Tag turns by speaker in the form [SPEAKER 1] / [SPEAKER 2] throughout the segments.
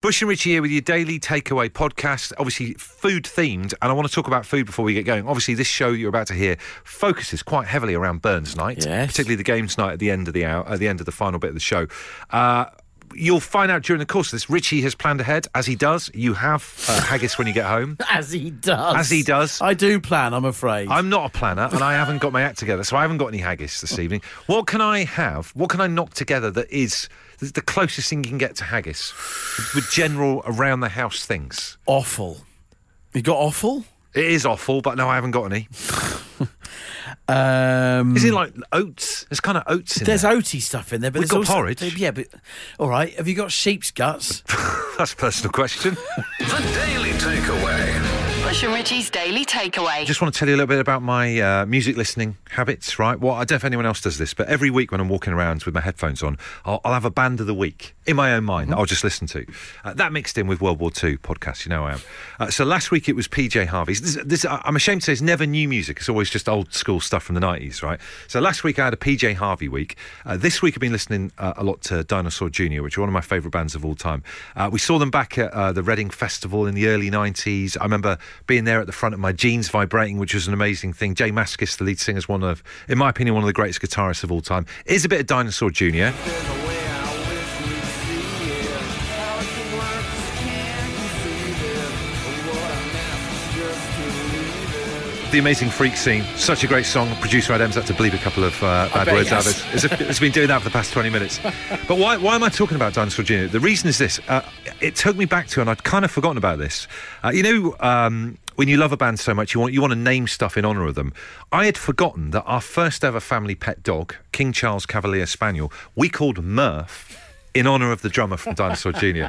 [SPEAKER 1] Bush and Richie here with your daily takeaway podcast, obviously food themed, and I want to talk about food before we get going. Obviously, this show you're about to hear focuses quite heavily around Burns night,
[SPEAKER 2] Yes.
[SPEAKER 1] particularly the games night at the end of the hour, at the end of the final bit of the show. Uh, you'll find out during the course of this. Richie has planned ahead, as he does. You have uh, haggis when you get home.
[SPEAKER 2] As he does.
[SPEAKER 1] As he does.
[SPEAKER 2] I do plan, I'm afraid.
[SPEAKER 1] I'm not a planner, and I haven't got my act together, so I haven't got any haggis this evening. What can I have? What can I knock together that is that's the closest thing you can get to haggis with general around the house things?
[SPEAKER 2] awful. You got awful?
[SPEAKER 1] It is awful, but no, I haven't got any.
[SPEAKER 2] Um,
[SPEAKER 1] Is it like oats? There's kind of oats in
[SPEAKER 2] there's
[SPEAKER 1] there.
[SPEAKER 2] oaty stuff in there, but
[SPEAKER 1] We've
[SPEAKER 2] there's
[SPEAKER 1] got
[SPEAKER 2] also,
[SPEAKER 1] porridge.
[SPEAKER 2] Yeah, but all right. Have you got sheep's guts?
[SPEAKER 1] That's a personal question. I
[SPEAKER 3] The Daily Takeaway.
[SPEAKER 4] Bush and Richie's Daily Takeaway.
[SPEAKER 1] just want to tell you a little bit about my uh, music listening habits, right? Well, I don't know if anyone else does this, but every week when I'm walking around with my headphones on, I'll, I'll have a band of the week in my own mind that I'll just listen to. Uh, that mixed in with World War II podcasts, you know I am. Uh, so last week it was PJ Harvey's. This, this, I- I'm ashamed to say it's never new music, it's always just old school stuff from the 90s, right? So last week I had a PJ Harvey week. Uh, this week I've been listening uh, a lot to Dinosaur Jr., which are one of my favourite bands of all time. Uh, we saw them back at uh, the Reading Festival in the early 90s. I remember being there at the front of my jeans vibrating, which was an amazing thing. Jay Mascis, the lead singer, is one of, in my opinion, one of the greatest guitarists of all time. Is a bit of Dinosaur Jr. The Amazing Freak Scene, such a great song. Producer Adam's had to bleep a couple of uh, bad
[SPEAKER 2] bet
[SPEAKER 1] words
[SPEAKER 2] he
[SPEAKER 1] out of
[SPEAKER 2] has.
[SPEAKER 1] it. It's, it's been doing that for the past 20 minutes. But why, why am I talking about Dinosaur Jr.? The reason is this. Uh, it took me back to, and I'd kind of forgotten about this. Uh, you know, um, when you love a band so much, you want, you want to name stuff in honour of them. I had forgotten that our first ever family pet dog, King Charles Cavalier Spaniel, we called Murph in honour of the drummer from Dinosaur Jr.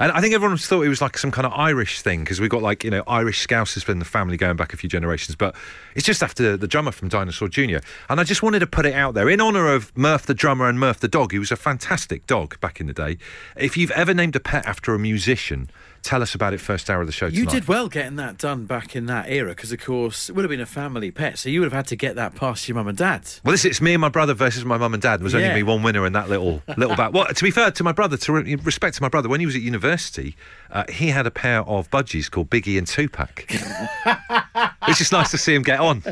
[SPEAKER 1] And I think everyone thought it was like some kind of Irish thing because we've got like, you know, Irish Scouse has been the family going back a few generations, but it's just after the drummer from Dinosaur Jr. And I just wanted to put it out there in honour of Murph the drummer and Murph the dog, who was a fantastic dog back in the day. If you've ever named a pet after a musician, tell us about it first hour of the show
[SPEAKER 2] You
[SPEAKER 1] tonight.
[SPEAKER 2] did well getting that done back in that era, because of course it would have been a family pet, so you would have had to get that past your mum and dad.
[SPEAKER 1] Well, this it's me and my brother versus my mum and dad. There was only
[SPEAKER 2] Yeah.
[SPEAKER 1] me one winner in that little little bat. Well, to be fair to my brother, to re- respect to my brother, when he was at university, uh, he had a pair of budgies called Biggie and Tupac. it's just nice to see him get on.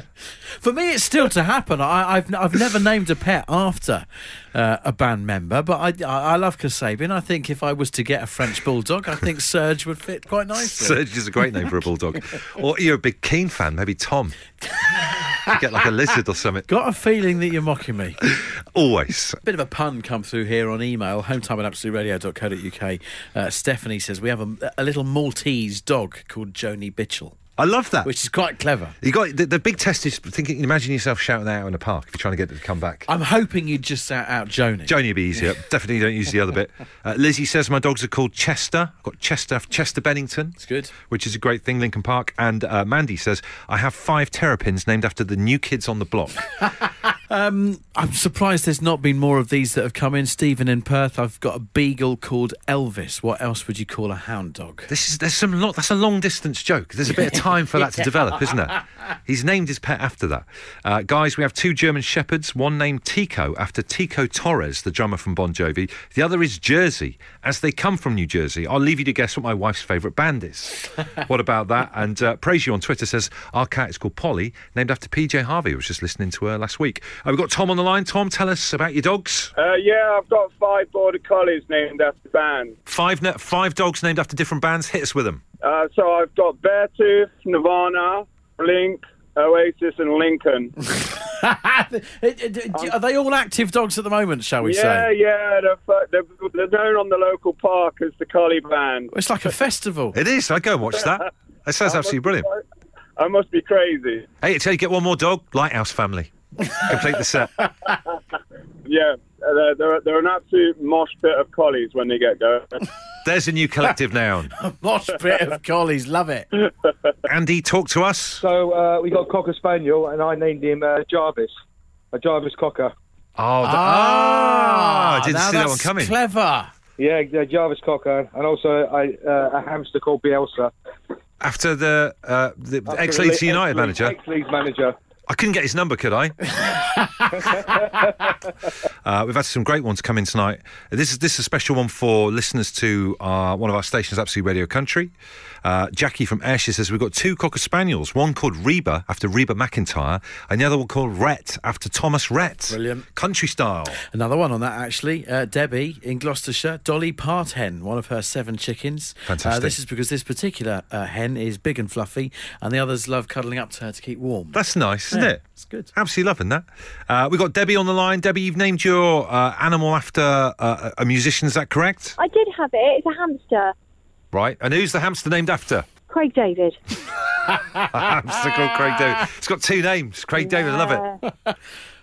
[SPEAKER 2] For me, it's still to happen. I, I've I've never named a pet after uh, a band member, but I, I I love Kasabian. I think if I was to get a French bulldog, I think Serge would fit quite nicely.
[SPEAKER 1] Serge is a great name for a bulldog. Or you're a big Keen fan, maybe Tom. You get like a lizard or something.
[SPEAKER 2] Got a feeling that you're mocking me.
[SPEAKER 1] Always.
[SPEAKER 2] Bit of a pun come through here on email, hometime at absoluteradio.co.uk. Uh, Stephanie says, We have a, a little Maltese dog called Joni Bitchell,
[SPEAKER 1] I love that.
[SPEAKER 2] which is quite clever.
[SPEAKER 1] you got the, the big test is thinking. Imagine yourself shouting that out in a park if you're trying to get it to come back.
[SPEAKER 2] I'm hoping you'd just shout out Joni.
[SPEAKER 1] Joni would be easier. Definitely don't use the other bit. Uh, Lizzie says my dogs are called Chester. I've got Chester, Chester Bennington. It's
[SPEAKER 2] good.
[SPEAKER 1] Which is a great thing, Lincoln Park. And uh, Mandy says, I have five terrapins named after the new kids on the block.
[SPEAKER 2] I'm surprised there's not been more of these that have come in. Stephen in Perth, I've got a beagle called Elvis. What else would you call a hound dog?
[SPEAKER 1] this is, there's some, lot, that's a long distance joke. There's a bit of time for that to develop, isn't there? He's named his pet after that. Uh, guys, we have two German shepherds, one named Tico after Tico Torres, the drummer from Bon Jovi. The other is Jersey, as they come from New Jersey. I'll leave you to guess what my wife's favourite band is. what about that? And uh, Praise You on Twitter says, Our cat is called Polly, named after PJ Harvey. I was just listening to her last week. Uh, we've got Tom on the line. Tom, tell us about your dogs.
[SPEAKER 5] Uh, yeah, I've got five border collies named after bands.
[SPEAKER 1] Five, ne- five dogs named after different bands. Hit us with them.
[SPEAKER 5] Uh, so I've got Beartooth, Nirvana, Blink, Oasis, and Lincoln.
[SPEAKER 2] uh, Are they all active dogs at the moment, shall we
[SPEAKER 5] yeah,
[SPEAKER 2] say?
[SPEAKER 5] yeah, they're, fu- they're, they're known on the local park as the Collie Band.
[SPEAKER 2] It's like a festival.
[SPEAKER 1] It is. I go and watch that. That sounds absolutely brilliant.
[SPEAKER 5] I must be crazy.
[SPEAKER 1] Hey, tell you get one more dog. Lighthouse family. Complete the set.
[SPEAKER 5] Yeah, uh, they're, they're, they're an absolute mosh pit of collies when they get going.
[SPEAKER 1] There's a new collective noun.
[SPEAKER 2] Mosh pit of collies, love it.
[SPEAKER 1] Andy, talk to us.
[SPEAKER 6] So uh, we got Cocker Spaniel, and I named him uh, Jarvis, a Jarvis Cocker.
[SPEAKER 1] Oh, the,
[SPEAKER 2] Ah,
[SPEAKER 1] I didn't
[SPEAKER 2] now
[SPEAKER 1] see that
[SPEAKER 2] that's
[SPEAKER 1] one coming.
[SPEAKER 2] Clever.
[SPEAKER 6] Yeah, yeah Jarvis Cocker, and also I, uh, a hamster called Bielsa.
[SPEAKER 1] After the, uh, the ex Leeds United manager.
[SPEAKER 6] Ex-Leeds manager.
[SPEAKER 1] I couldn't get his number, could I? uh, we've had some great ones come in tonight. This is this is a special one for listeners to our, one of our stations, Absolute Radio Country. Uh, Jackie from Ayrshire says we've got two cocker spaniels, one called Reba after Reba McIntyre, and the other one called Rhett after Thomas Rhett.
[SPEAKER 2] Brilliant.
[SPEAKER 1] country style.
[SPEAKER 2] Another one on that, actually. Uh, Debbie in Gloucestershire, Dolly Part Hen, one of her seven chickens. Uh,
[SPEAKER 1] Fantastic.
[SPEAKER 2] this is because this particular uh, hen is big and fluffy, and the others love cuddling up to her to keep warm.
[SPEAKER 1] That's nice, isn't
[SPEAKER 2] Yeah,
[SPEAKER 1] it?
[SPEAKER 2] it's good.
[SPEAKER 1] Absolutely loving that. Uh, we've got Debbie on the line. Debbie, you've named your uh, animal after uh, a musician, is that correct?
[SPEAKER 7] I did have it. It's a hamster.
[SPEAKER 1] Right. And who's the hamster named after?
[SPEAKER 7] Craig David.
[SPEAKER 1] hamster called Craig
[SPEAKER 7] Ah.
[SPEAKER 1] David. It's got two names. Craig David, I love it.
[SPEAKER 7] it.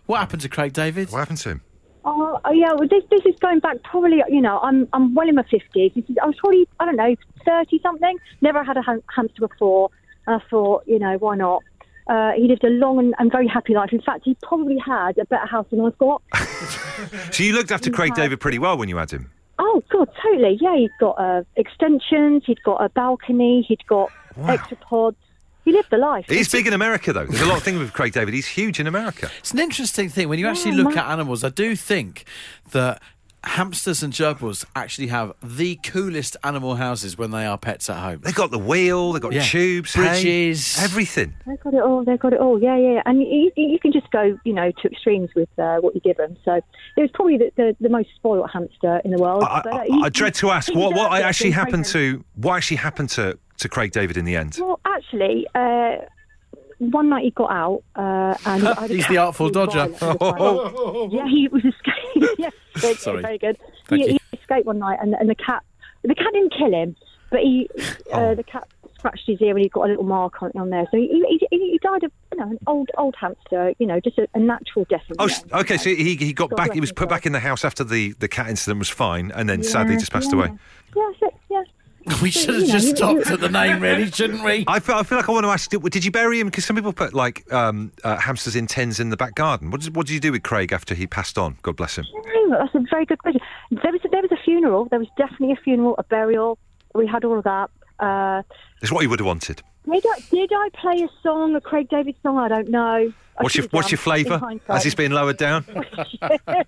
[SPEAKER 2] What happened to Craig David?
[SPEAKER 1] What happened to him?
[SPEAKER 7] Oh, oh, yeah. Well, this this is going back probably. You know, I'm I'm well in my fifties. This is I was probably I don't know thirty something. Never had a ham- hamster before, and I thought, you know, why not? Uh, he lived a long and, and very happy life. In fact, he probably had a better house than I've got.
[SPEAKER 1] So you looked after Craig David pretty well when you had him.
[SPEAKER 7] Oh God, totally. Yeah, he'd got uh, extensions. He'd got a balcony. He'd got
[SPEAKER 1] Wow.
[SPEAKER 7] extra pods. He lived the life.
[SPEAKER 1] He's big in America, though. There's a lot of things with Craig David. He's huge in America.
[SPEAKER 2] It's an interesting thing when you actually
[SPEAKER 7] Yeah,
[SPEAKER 2] look
[SPEAKER 7] my-
[SPEAKER 2] at animals. I do think that hamsters and gerbils actually have the coolest animal houses when they are pets at home.
[SPEAKER 1] They've got the wheel, they've got
[SPEAKER 2] Yeah.
[SPEAKER 1] tubes, hay,
[SPEAKER 2] Bridges.
[SPEAKER 1] everything.
[SPEAKER 7] They've got it all. They've got it all. Yeah, yeah. And you, you you can just go, you know, to extremes with uh, what you give them. So it was probably the, the, the most spoilt hamster in the world.
[SPEAKER 1] I,
[SPEAKER 7] But, uh,
[SPEAKER 1] I,
[SPEAKER 7] he-
[SPEAKER 1] I dread to ask
[SPEAKER 7] he
[SPEAKER 1] what, what
[SPEAKER 7] deserved it.
[SPEAKER 1] actually
[SPEAKER 7] He
[SPEAKER 1] happened
[SPEAKER 7] deserved it.
[SPEAKER 1] to what actually happened to, to Craig David in the end.
[SPEAKER 7] Well, actually, uh, one night he got out uh, and I had a
[SPEAKER 2] He's the Artful
[SPEAKER 7] absolute
[SPEAKER 2] Dodger.
[SPEAKER 7] violent attack. yeah, he was escaping. yeah, very good,
[SPEAKER 2] Sorry.
[SPEAKER 7] very good.
[SPEAKER 2] Thank
[SPEAKER 7] He,
[SPEAKER 2] you.
[SPEAKER 7] he escaped one night, and, and the cat, the cat didn't kill him, but he, uh,
[SPEAKER 1] Oh.
[SPEAKER 7] the cat scratched his ear, and he got a little mark on, on there. So he, he, he died of you know an old old hamster, you know, just a, a natural death. in
[SPEAKER 1] Oh,
[SPEAKER 7] the
[SPEAKER 1] s-
[SPEAKER 7] end,
[SPEAKER 1] okay.
[SPEAKER 7] you know.
[SPEAKER 1] So he, he got
[SPEAKER 7] God
[SPEAKER 1] back.
[SPEAKER 7] bless
[SPEAKER 1] He was
[SPEAKER 7] his
[SPEAKER 1] put
[SPEAKER 7] soul.
[SPEAKER 1] back in the house after the, the cat incident was fine, and then sadly
[SPEAKER 7] Yeah,
[SPEAKER 1] just passed
[SPEAKER 7] yeah.
[SPEAKER 1] away.
[SPEAKER 7] Yeah, so, yeah.
[SPEAKER 2] We
[SPEAKER 7] So,
[SPEAKER 2] should
[SPEAKER 7] you
[SPEAKER 2] have
[SPEAKER 7] know,
[SPEAKER 2] just
[SPEAKER 7] you-
[SPEAKER 2] stopped
[SPEAKER 7] you-
[SPEAKER 2] at the name, really, shouldn't we?
[SPEAKER 1] I feel, I feel like I want to ask. Did, did you bury him? Because some people put like um, uh, hamsters in tins in the back garden. What did, what did you do with Craig after he passed on? God bless him.
[SPEAKER 7] No, Oh, that's a very good question. There was there was a funeral. There was definitely a funeral, a burial. We had all of that. Uh,
[SPEAKER 1] It's what he would have wanted.
[SPEAKER 7] did, I, did I play a song, a Craig David song? I don't know. I
[SPEAKER 1] What's your
[SPEAKER 7] should've
[SPEAKER 1] What's
[SPEAKER 7] done,
[SPEAKER 1] your
[SPEAKER 7] in
[SPEAKER 1] flavour
[SPEAKER 7] hindsight.
[SPEAKER 1] as he's being lowered down?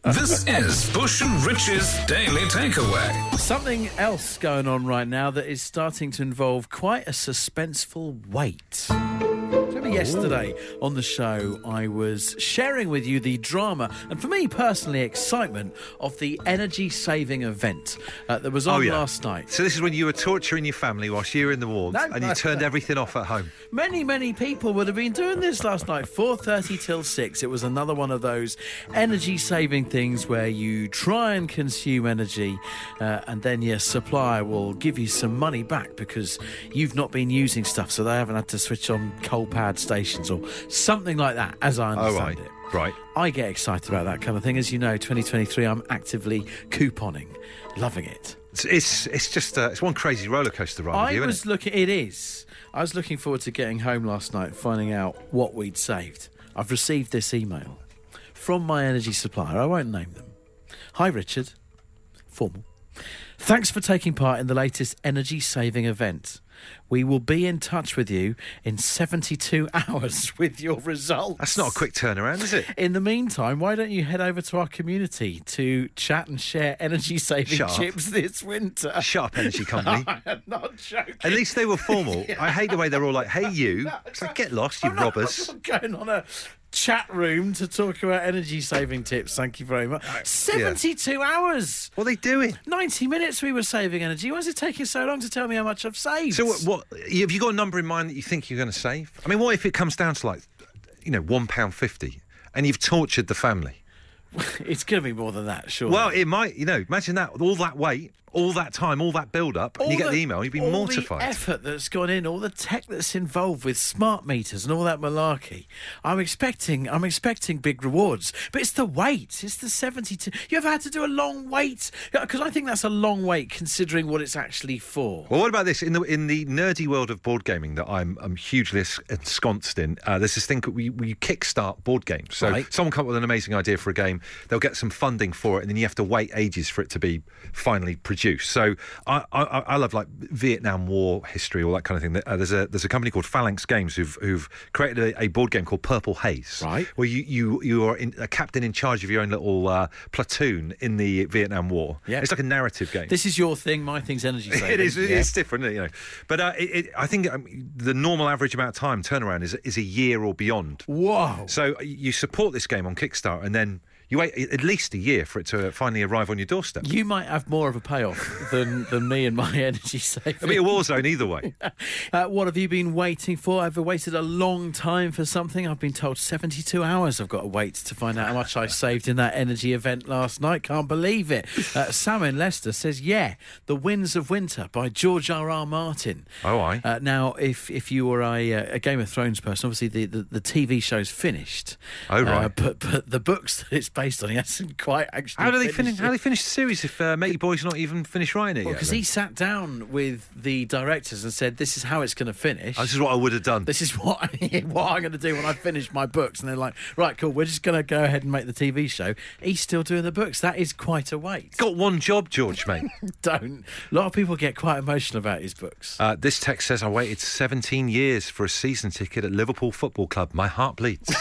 [SPEAKER 3] This is Bush and Rich's Daily Takeaway.
[SPEAKER 2] Something else going on right now that is starting to involve quite a suspenseful wait. Do you Remember yesterday on the show, I was sharing with you the drama and for me personally, excitement of the energy saving event uh, that
[SPEAKER 1] Oh,
[SPEAKER 2] was on last night.
[SPEAKER 1] So this is when you were torturing your family whilst you were in the warmth,
[SPEAKER 2] No,
[SPEAKER 1] and you
[SPEAKER 2] no.
[SPEAKER 1] turned everything off at home.
[SPEAKER 2] Many, many people would have been doing this last night, 4.30 till 6. It was another one of those energy-saving things where you try and consume energy uh, and then your supplier will give you some money back because you've not been using stuff, so they haven't had to switch on coal-powered stations or something like that, as I
[SPEAKER 1] Oh
[SPEAKER 2] understand
[SPEAKER 1] right,
[SPEAKER 2] it.
[SPEAKER 1] right.
[SPEAKER 2] I get excited about that kind of thing. As you know, 2023, I'm actively couponing. Loving it.
[SPEAKER 1] It's it's, it's just uh, it's one crazy roller coaster ride. with
[SPEAKER 2] I
[SPEAKER 1] you,
[SPEAKER 2] was
[SPEAKER 1] isn't
[SPEAKER 2] looking. It is. I was looking forward to getting home last night, finding out what we'd saved. I've received this email from my energy supplier. I won't name them. Hi, Richard. Formal. Thanks for taking part in the latest energy saving event. We will be in touch with you in 72 hours with your results.
[SPEAKER 1] That's not a quick turnaround, is it?
[SPEAKER 2] In the meantime, why don't you head over to our community to chat and share energy saving
[SPEAKER 1] Shut up.
[SPEAKER 2] chips this winter?
[SPEAKER 1] Sharp Energy Company.
[SPEAKER 2] I am not joking.
[SPEAKER 1] At least they were formal. I hate the way they're all like, "Hey, you!" It's like, "Get lost, you
[SPEAKER 2] I'm not-
[SPEAKER 1] robbers."
[SPEAKER 2] I'm not going on a chat room to talk about energy saving tips. Thank you very much. 72 hours.
[SPEAKER 1] What are they doing?
[SPEAKER 2] 90 minutes we were saving energy. Why is it taking so long to tell me how much I've saved?
[SPEAKER 1] So, what, what have you got a number in mind that you think you're going to save? I mean, what if it comes down to like, you know, one pound fifty, and you've tortured the family?
[SPEAKER 2] It's going to be more than that, sure.
[SPEAKER 1] Well, it might. You know, imagine that all that wait, all that time, all that build up, and you get the email, you'd be
[SPEAKER 2] all
[SPEAKER 1] mortified.
[SPEAKER 2] The effort that's gone in, all the tech that's involved with smart meters and all that malarkey. I'm expecting, I'm expecting big rewards, but it's the wait. It's the 72. You ever had to do a long wait? Because I think that's a long wait considering what it's actually for.
[SPEAKER 1] Well, what about this in the in the nerdy world of board gaming that I'm I'm hugely es- ensconced in? Uh, there's this thing called we we kickstart board games. So
[SPEAKER 2] Right.
[SPEAKER 1] someone come up with an amazing idea for a game, they'll get some funding for it, and then you have to wait ages for it to be finally juice. So I, I, I love like Vietnam War history, all that kind of thing. Uh, there's a there's a company called Phalanx Games who've who've created a, a board game called Purple Haze,
[SPEAKER 2] Right.
[SPEAKER 1] Where you you you are in, a captain in charge of your own little uh, platoon in the Vietnam War.
[SPEAKER 2] Yeah.
[SPEAKER 1] it's like a narrative game.
[SPEAKER 2] This is your thing. My thing's energy saving.
[SPEAKER 1] It is.
[SPEAKER 2] Yeah.
[SPEAKER 1] It's different, you know. But uh, it, it, I think um, the normal average amount of time turnaround is is a year or beyond.
[SPEAKER 2] Whoa.
[SPEAKER 1] So you support this game on Kickstarter, and then you wait at least a year for it to finally arrive on your doorstep.
[SPEAKER 2] You might have more of a payoff than, than me and my energy
[SPEAKER 1] It'll be
[SPEAKER 2] saving.
[SPEAKER 1] a war zone either way.
[SPEAKER 2] Uh, what have you been waiting for? I've waited a long time for something. I've been told 72 hours I've got to wait to find out how much I saved in that energy event last night. Can't believe it. Uh, Sam in Leicester says, Yeah, The Winds of Winter by George R. R. Martin.
[SPEAKER 1] Oh, aye.
[SPEAKER 2] Uh, now, if, if you were a, uh, a Game of Thrones person, obviously the, the, the TV show's finished.
[SPEAKER 1] Oh, right.
[SPEAKER 2] Uh, but, but the books that it's based on, he hasn't quite actually
[SPEAKER 1] How do they
[SPEAKER 2] finished
[SPEAKER 1] finish? How do they finish the series if uh, Matey Boy's not even finished writing it yet?
[SPEAKER 2] because
[SPEAKER 1] then?
[SPEAKER 2] he sat down with the directors and said, "This is how it's going to finish.
[SPEAKER 1] Oh, this is what I would have done.
[SPEAKER 2] this is what what I'm going to do when I finish my books." And they're like, "Right, cool. We're just going to go ahead and make the TV show." He's still doing the books. That is quite a wait.
[SPEAKER 1] Got one job, George, mate.
[SPEAKER 2] Don't. A lot of people get quite emotional about his books.
[SPEAKER 1] Uh, this text says, I waited 17 years for a season ticket at Liverpool Football Club. My heart bleeds.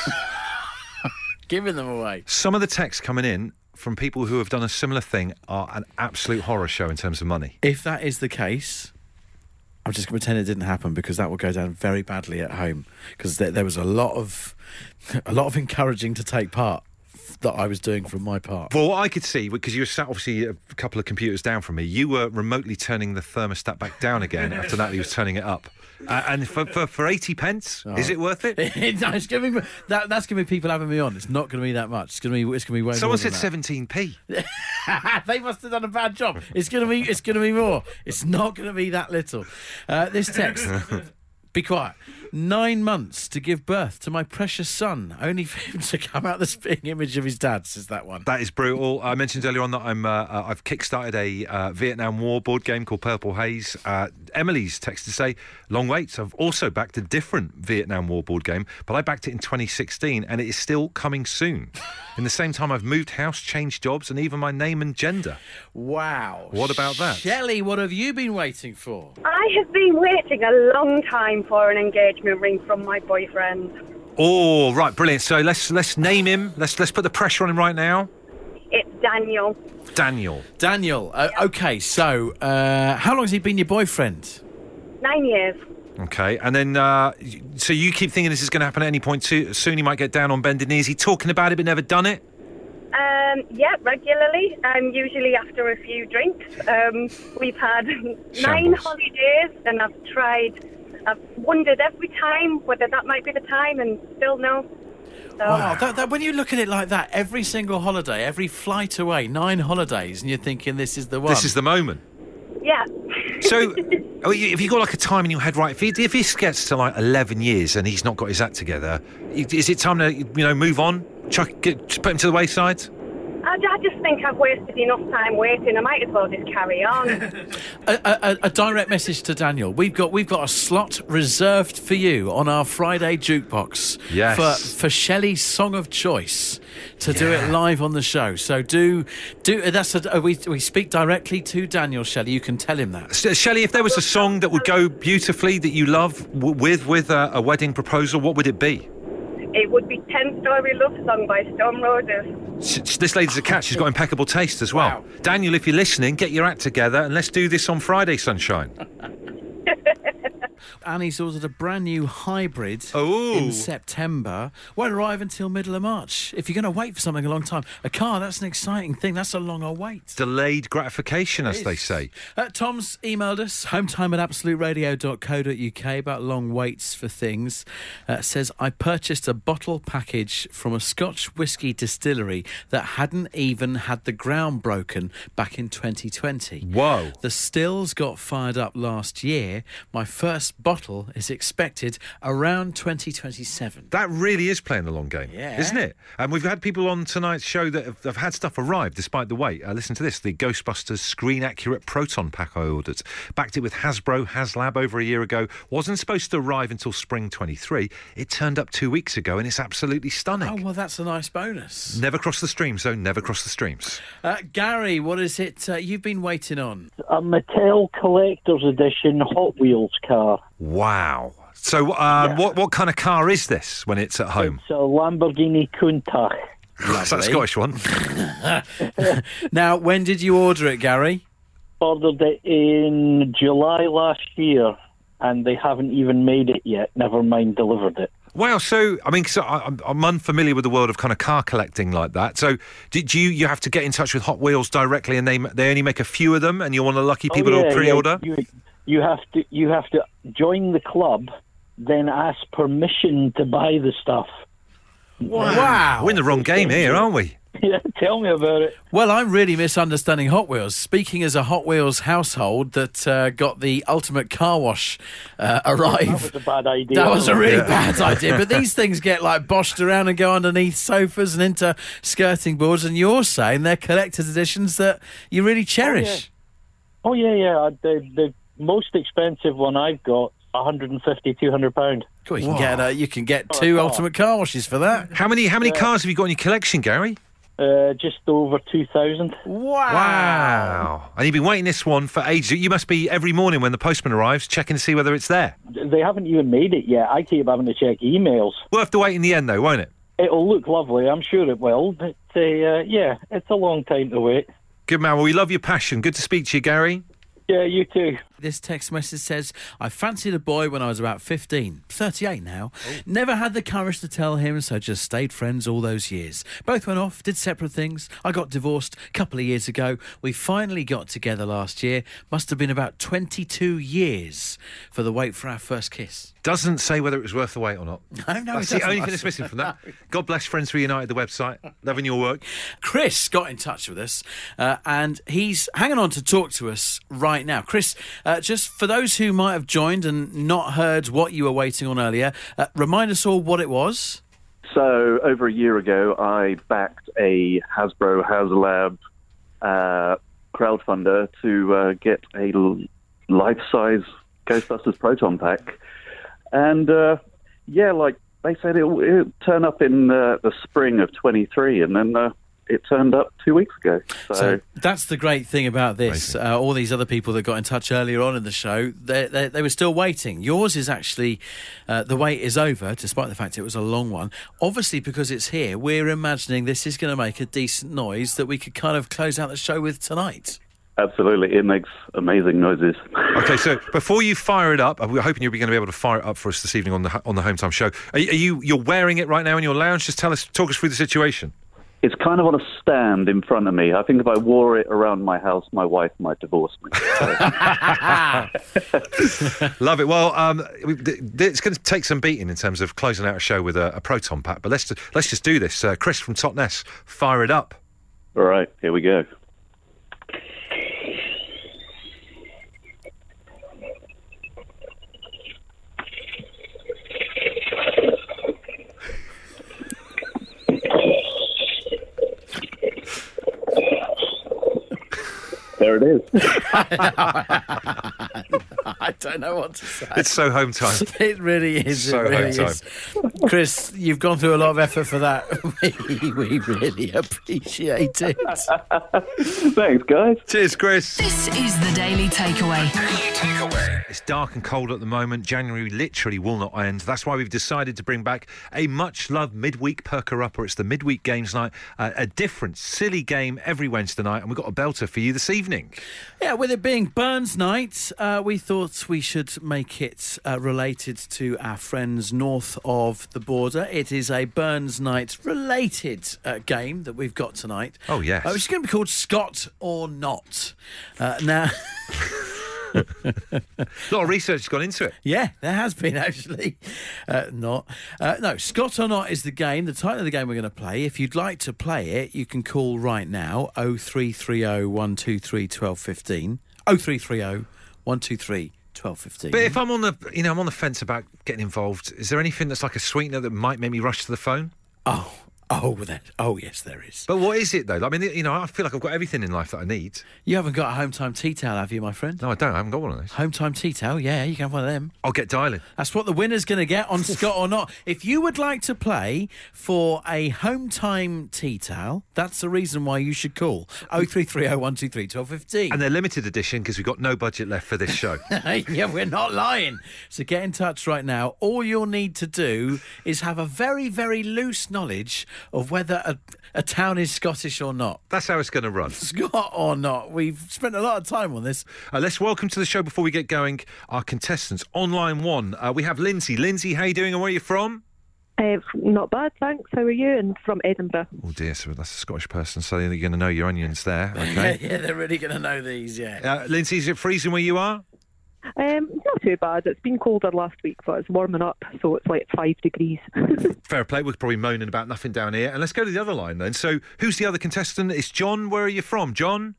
[SPEAKER 2] Giving them away.
[SPEAKER 1] Some of the texts coming in from people who have done a similar thing are an absolute horror show in terms of money.
[SPEAKER 2] If that is the case. I'm just going to pretend it didn't happen because that will go down very badly at home because there, there was a lot of a lot of encouraging to take part that I was doing from my part.
[SPEAKER 1] Well, what I could see, because you were sat obviously a couple of computers down from me, you were remotely turning the thermostat back down again after Natalie was turning it up. Uh, and for, for, for 80 pence, is it worth it?
[SPEAKER 2] No, Oh. it's gonna be, that, that's going to be people having me on. It's not going to be that much. It's going to be it's going to be way more
[SPEAKER 1] Someone said
[SPEAKER 2] than
[SPEAKER 1] 17p.
[SPEAKER 2] that. they must have done a bad job. It's going to be it's going to be more. It's not going to be that little. Uh, this text. Be quiet. Nine months to give birth to my precious son. Only for him to come out the spitting image of his dad. Says that one.
[SPEAKER 1] That is brutal. I mentioned earlier on that I'm uh, uh, I've kickstarted a uh, Vietnam War board game called Purple Haze. Uh, Emily's text to say long waits. I've also backed a different Vietnam War board game, but I backed it in 2016 and it is still coming soon. in the same time, I've moved house, changed jobs, and even my name and gender.
[SPEAKER 2] Wow.
[SPEAKER 1] What about that?
[SPEAKER 2] Shelley? What have you been waiting for?
[SPEAKER 8] I have been waiting a long time for an engagement ring from my boyfriend.
[SPEAKER 1] Oh, right, brilliant. So let's let's name him. Let's let's put the pressure on him right now.
[SPEAKER 8] It's Daniel.
[SPEAKER 1] Daniel.
[SPEAKER 2] Daniel. Uh, okay. So, uh, how long has he been your boyfriend?
[SPEAKER 8] Nine years.
[SPEAKER 1] Okay, and then uh, y- so you keep thinking this is going to happen at any point too, soon. He might get down on bended knees. He talking about it but never done it.
[SPEAKER 8] Um, yeah, regularly. Um, usually after a few drinks. Um, we've had nine
[SPEAKER 1] Shambles.
[SPEAKER 8] holidays, and I've tried. I've wondered every time whether that might be the time, and still no. So,
[SPEAKER 2] Wow, that, that, when you look at it like that, every single holiday, every flight away, nine holidays, and you're thinking this is the one.
[SPEAKER 1] This is the moment.
[SPEAKER 8] yeah.
[SPEAKER 1] So, oh, you- if you got like a time in your head, right? If he, if he gets to like eleven years and he's not got his act together, i- is it time to you know move on? Chuck, get, just put him to the wayside.
[SPEAKER 8] I, I just think I've wasted enough time waiting. I might as well just carry on.
[SPEAKER 2] a, a, a- a direct message to Daniel. We've got we've got a slot reserved for you on our Friday jukebox
[SPEAKER 1] Yes.
[SPEAKER 2] for for Shelley's song of choice to do it live on the show. So do do that's a, uh, we we speak directly to Daniel Shelley. You can tell him that.
[SPEAKER 1] S- Shelley, if there was a song that would go beautifully that you love w- with with a, a wedding proposal, what would it be?
[SPEAKER 8] it would be Ten Story Love Song by Storm Roses.
[SPEAKER 1] S- s- This lady's a catch. She's got impeccable taste as well. Daniel, if you're listening, get your act together and let's do this on Friday, sunshine.
[SPEAKER 2] Annie's ordered a brand new hybrid
[SPEAKER 1] Ooh.
[SPEAKER 2] in September. Won't arrive until middle of March. If you're going to wait for something a long time, a car that's an exciting thing. That's a longer wait.
[SPEAKER 1] Delayed gratification, as they say.
[SPEAKER 2] Uh, Tom's emailed us, hometime at absoluteradio.co.uk, about long waits for things. Uh, says, I purchased a bottle package from a Scotch whisky distillery that hadn't even had the ground broken back in 2020.
[SPEAKER 1] Whoa.
[SPEAKER 2] The stills got fired up last year. My first bottle is expected around 2027.
[SPEAKER 1] That really is playing the long game,
[SPEAKER 2] Yeah.
[SPEAKER 1] isn't it? And we've had people on tonight's show that have, have had stuff arrive despite the wait. Uh, listen to this the Ghostbusters screen accurate proton pack I ordered. Backed it with Hasbro HasLab over a year ago. Wasn't supposed to arrive until spring 23. It turned up two weeks ago and it's absolutely stunning.
[SPEAKER 2] Oh, well, that's a nice bonus.
[SPEAKER 1] Never cross the streams, though. Never cross the streams.
[SPEAKER 2] Uh, Gary, what is it uh, you've been waiting on?
[SPEAKER 9] A Mattel Collector's Edition Hot Wheels car.
[SPEAKER 1] Wow. So, um, what what kind of car is this when it's at home?
[SPEAKER 9] It's a Lamborghini Countach.
[SPEAKER 1] It's that Scottish one.
[SPEAKER 2] Now, when did you order it, Gary?
[SPEAKER 9] Ordered it in July last year, and they haven't even made it yet. Never mind, delivered it.
[SPEAKER 1] Wow. So, I mean, so I, I'm, I'm unfamiliar with the world of kind of car collecting like that. So, did you you have to get in touch with Hot Wheels directly, and they they only make a few of them, and you're one of the lucky people
[SPEAKER 9] Oh,
[SPEAKER 1] who
[SPEAKER 9] yeah,
[SPEAKER 1] pre-order?
[SPEAKER 9] yeah. You, you have to you have to join the club, then ask permission to buy the stuff.
[SPEAKER 2] Wow.
[SPEAKER 1] We're in the wrong game here, aren't we?
[SPEAKER 9] Yeah, tell me about it.
[SPEAKER 2] Well, I'm really misunderstanding Hot Wheels. Speaking as a Hot Wheels household that uh, got the ultimate car wash uh,
[SPEAKER 9] That
[SPEAKER 2] arrive.
[SPEAKER 9] was a bad idea.
[SPEAKER 2] That was a really bad idea. But these things get like boshed around and go underneath sofas and into skirting boards. And you're saying they're collector's editions that you really cherish.
[SPEAKER 9] Oh yeah, yeah. I- The the most expensive one I've got, 150, 200 pound.
[SPEAKER 2] Cool, you can get uh, you can get two ultimate car washes for that.
[SPEAKER 1] How many how many cars have you got in your collection, Gary?
[SPEAKER 9] Uh, just over two thousand.
[SPEAKER 1] Wow. And you've been waiting this one for ages. You must be every morning when the postman arrives, checking to see whether it's there.
[SPEAKER 9] They haven't even made it yet. I keep having to check emails.
[SPEAKER 1] Worth the wait in the end, though, won't it?
[SPEAKER 9] It'll look lovely, I'm sure it will. But uh, yeah, it's a long time to wait.
[SPEAKER 1] Good man. Well, we love your passion. Good to speak to you, Gary.
[SPEAKER 9] Yeah, you too.
[SPEAKER 2] This text message says, I fancied a boy when I was about 15, 38 now. Never had the courage to tell him, so just stayed friends all those years. Both went off, did separate things. I got divorced a couple of years ago. We finally got together last year. Must have been about 22 years for the wait for our first kiss.
[SPEAKER 1] Doesn't say whether it was worth the wait or not.
[SPEAKER 2] No, no,
[SPEAKER 1] That's
[SPEAKER 2] it
[SPEAKER 1] the only
[SPEAKER 2] doesn't.
[SPEAKER 1] thing that's missing from that. God bless Friends Reunited, the website. Loving your work.
[SPEAKER 2] Chris got in touch with us, uh, and he's hanging on to talk to us right now. Chris, uh, just for those who might have joined and not heard what you were waiting on earlier, uh, remind us all what it was.
[SPEAKER 10] So over a year ago, I backed a Hasbro HasLab uh, crowdfunder to uh, get a l- life-size Ghostbusters proton pack, and uh, yeah, like they said, it would turn up in uh, the spring of 23, and then uh, it turned up two weeks ago. So,
[SPEAKER 2] So that's the great thing about this. Uh, all these other people that got in touch earlier on in the show, they, they, they were still waiting. Yours is actually, uh, the wait is over, despite the fact it was a long one. Obviously, because it's here, we're imagining this is going to make a decent noise that we could kind of close out the show with tonight.
[SPEAKER 10] absolutely, it makes amazing noises.
[SPEAKER 1] Okay, so before you fire it up, we're hoping you're going to be able to fire it up for us this evening on the on the home time show. Are, you- are you you're wearing it right now in your lounge? Just tell us, talk us through the situation.
[SPEAKER 10] It's kind of on a stand in front of me. I think if I wore it around my house, my wife might divorce me.
[SPEAKER 1] Love it. Well, um, we- th- th- it's going to take some beating in terms of closing out a show with a, a proton pack, but let's ju- let's just do this. Uh, Chris from Totnes, fire it up.
[SPEAKER 10] All right, here we go. There it is.
[SPEAKER 2] I don't know what to say.
[SPEAKER 1] It's so home time.
[SPEAKER 2] It really is.
[SPEAKER 1] So
[SPEAKER 2] it really
[SPEAKER 1] home
[SPEAKER 2] is. Chris, you've gone through a lot of effort for that. we, we really appreciate it.
[SPEAKER 10] Thanks, guys.
[SPEAKER 1] Cheers, Chris.
[SPEAKER 4] This is the Daily Takeaway.
[SPEAKER 3] Daily Takeaway.
[SPEAKER 1] It's dark and cold at the moment. January literally will not end. That's why we've decided to bring back a much loved midweek perker upper. It's the midweek games night, uh, a different, silly game every Wednesday night, and we've got a belter for you this evening.
[SPEAKER 2] Yeah, with it being Burns Night, uh, we thought we should make it uh, related to our friends north of the border. It is a Burns Night related uh, game that we've got tonight.
[SPEAKER 1] Oh, yes.
[SPEAKER 2] Uh, which is going to be called Scott or Not. Uh, now.
[SPEAKER 1] A lot of research has gone into it.
[SPEAKER 2] Yeah, there has been actually. Uh, not. Uh, no, Scott or Not is the game, the title of the game we're going to play. If you'd like to play it, you can call right now 0330 123 1215. 0330 123 twelve fifteen.
[SPEAKER 1] But if I'm on the, you know, I'm on the fence about getting involved. Is there anything that's like a sweetener that might make me rush to the phone?
[SPEAKER 2] Oh, oh, that, oh, yes, there is.
[SPEAKER 1] But what is it though? I mean, you know, I feel like I've got everything in life that I need.
[SPEAKER 2] You haven't got a home time tea towel, have you, my friend?
[SPEAKER 1] No, I don't. I haven't got one of those.
[SPEAKER 2] Home time tea towel, yeah, you can have one of them.
[SPEAKER 1] I'll get dialing.
[SPEAKER 2] That's what the winner's going to get on Scott or Not. If you would like to play for a home time tea towel, that's the reason why you should call 0330
[SPEAKER 1] And they're limited edition because we've got no budget left for this show.
[SPEAKER 2] yeah, we're not lying. So get in touch right now. All you'll need to do is have a very, very loose knowledge of whether a, a town is Scottish or not.
[SPEAKER 1] That's how it's going to run.
[SPEAKER 2] Scott or not, we've spent a lot of time on this.
[SPEAKER 1] Uh, let's welcome to the show before we get going our contestants on line one. Uh, we have Lindsay. Lindsay, how you doing and where are you from?
[SPEAKER 11] Uh, not bad, thanks. How are you? And from Edinburgh.
[SPEAKER 1] Oh dear, so that's a Scottish person, so you're going to know your onions there. Okay.
[SPEAKER 2] yeah, they're really going to know these, yeah.
[SPEAKER 1] Uh, Lindsay, is it freezing where you are?
[SPEAKER 11] Um, not too bad. It's been colder last week, but it's warming up, so it's like five degrees.
[SPEAKER 1] Fair play. We're probably moaning about nothing down here. And let's go to the other line then. So, who's the other contestant? It's John. Where are you from, John?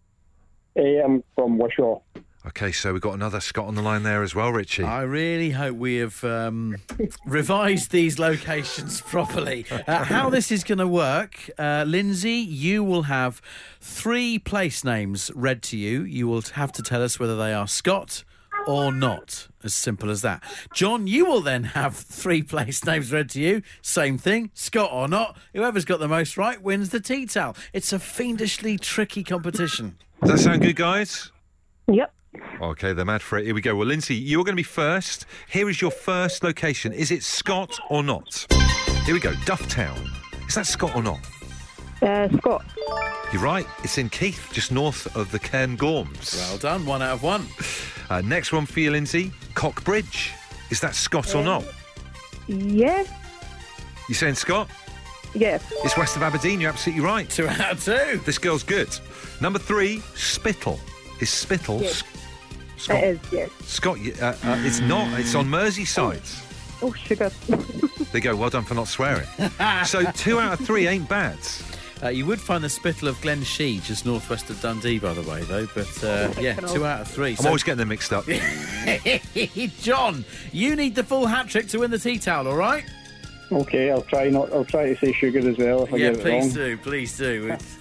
[SPEAKER 12] Hey, I'm from Wishaw.
[SPEAKER 1] Okay, so we've got another Scot on the line there as well, Richie.
[SPEAKER 2] I really hope we have um, revised these locations properly. Uh, how this is going to work, uh, Lindsay, you will have three place names read to you. You will have to tell us whether they are Scot or not. As simple as that. John, you will then have three place names read to you. Same thing, Scot or not. Whoever's got the most right wins the tea towel. It's a fiendishly tricky competition.
[SPEAKER 1] Does that sound good, guys?
[SPEAKER 11] Yep.
[SPEAKER 1] Okay, they're mad for it. Here we go. Well, Lindsay, you're going to be first. Here is your first location. Is it Scot or not? Here we go. Dufftown. Is that Scot or not?
[SPEAKER 11] Uh, Scott.
[SPEAKER 1] You're right. It's in Keith, just north of the Cairngorms.
[SPEAKER 2] Well done. One out of one.
[SPEAKER 1] Uh, next one for you, Lindsay. Cockbridge. Is that Scot or not?
[SPEAKER 11] Yes.
[SPEAKER 1] You saying Scot?
[SPEAKER 11] Yes.
[SPEAKER 1] It's west of Aberdeen. You're absolutely right.
[SPEAKER 2] Two out of two.
[SPEAKER 1] This girl's good. Number three, Spittle. Is Spittle
[SPEAKER 11] Yes.
[SPEAKER 1] Sc- Scot?
[SPEAKER 11] It is, yes.
[SPEAKER 1] Scot, you- uh, uh, it's not. It's on Merseyside.
[SPEAKER 11] Oh, sugar.
[SPEAKER 1] They go, well done for not swearing. so two out of three ain't bad.
[SPEAKER 2] Uh, you would find the Spittle of Glen Shee just northwest of Dundee, by the way, though. But uh, yeah, two out of three.
[SPEAKER 1] I'm always getting them mixed up.
[SPEAKER 2] John, you need the full hat trick to win the tea towel, all right?
[SPEAKER 12] Okay, I'll try not. I'll try to say sugar as well if I
[SPEAKER 2] yeah,
[SPEAKER 12] get it
[SPEAKER 2] please
[SPEAKER 12] wrong.
[SPEAKER 2] do, please do. It's-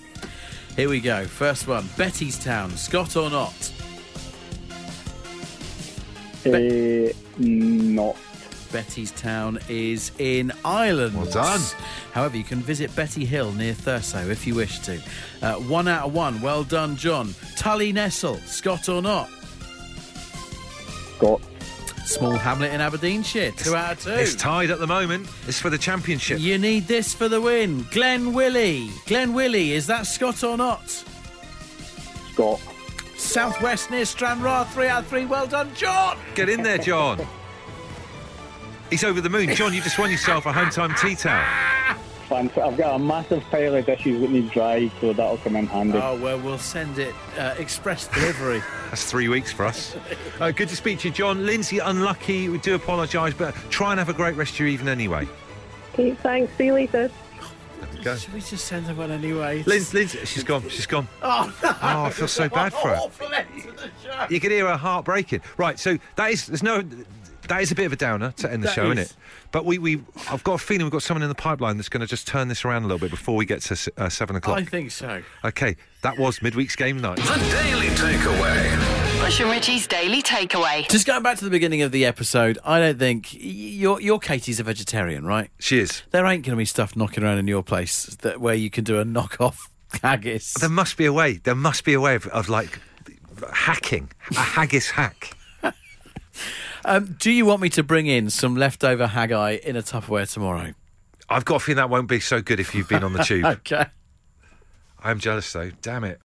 [SPEAKER 2] Here we go. First one, Betty's Town, Scott or not?
[SPEAKER 12] Eh, not.
[SPEAKER 2] Betty's Town is in Ireland.
[SPEAKER 1] Well done.
[SPEAKER 2] However, you can visit Betty Hill near Thurso if you wish to. Uh, one out of one. Well done, John. Tully Nestle, Scott or not?
[SPEAKER 12] Got.
[SPEAKER 2] Small hamlet in Aberdeenshire. Two out of two.
[SPEAKER 1] It's tied at the moment. It's for the championship.
[SPEAKER 2] You need this for the win. Glen Willie. Glen Willie, is that Scott or not?
[SPEAKER 12] Got.
[SPEAKER 2] Southwest near Stranraer, three out of three. Well done, John.
[SPEAKER 1] Get in there, John. He's over the moon. John, you just won yourself a home time tea towel.
[SPEAKER 12] Fantastic. I've got a massive pile of dishes that need dry, so that'll come in handy.
[SPEAKER 2] Oh, well, we'll send it uh, express delivery.
[SPEAKER 1] That's three weeks for us. Uh, good to speak to you, John. Lindsay, unlucky. We do apologise, but try and have a great rest of your evening anyway.
[SPEAKER 11] okay, thanks. See you later.
[SPEAKER 1] There we go.
[SPEAKER 2] Should we just send her one anyway?
[SPEAKER 1] Lindsay, Lindsay, she's gone. She's gone.
[SPEAKER 2] Oh, no. Oh,
[SPEAKER 1] Oh, I feel so bad for her.
[SPEAKER 2] Awful end to the show.
[SPEAKER 1] You can hear her heart breaking. Right, so that is there's no that is a bit of a downer to end the
[SPEAKER 2] That
[SPEAKER 1] show, isn't
[SPEAKER 2] is.
[SPEAKER 1] it? But we we I've got a feeling we've got someone in the pipeline that's going to just turn this around a little bit before we get to s- uh, seven o'clock.
[SPEAKER 2] I think so.
[SPEAKER 1] Okay, that was midweek's game night.
[SPEAKER 3] The Daily Takeaway.
[SPEAKER 4] Bush and Richie's Daily Takeaway.
[SPEAKER 2] Just going back to the beginning of the episode, I don't think y- your your Katie's a vegetarian, right?
[SPEAKER 1] She is.
[SPEAKER 2] There ain't going to be stuff knocking around in your place that where you can do a knockoff haggis.
[SPEAKER 1] There must be a way. There must be a way of, of like hacking a haggis hack.
[SPEAKER 2] Um, do you want me to bring in some leftover haggai in a Tupperware tomorrow?
[SPEAKER 1] I've got a feeling that won't be so good if you've been on the tube.
[SPEAKER 2] Okay.
[SPEAKER 1] I'm jealous though. Damn it.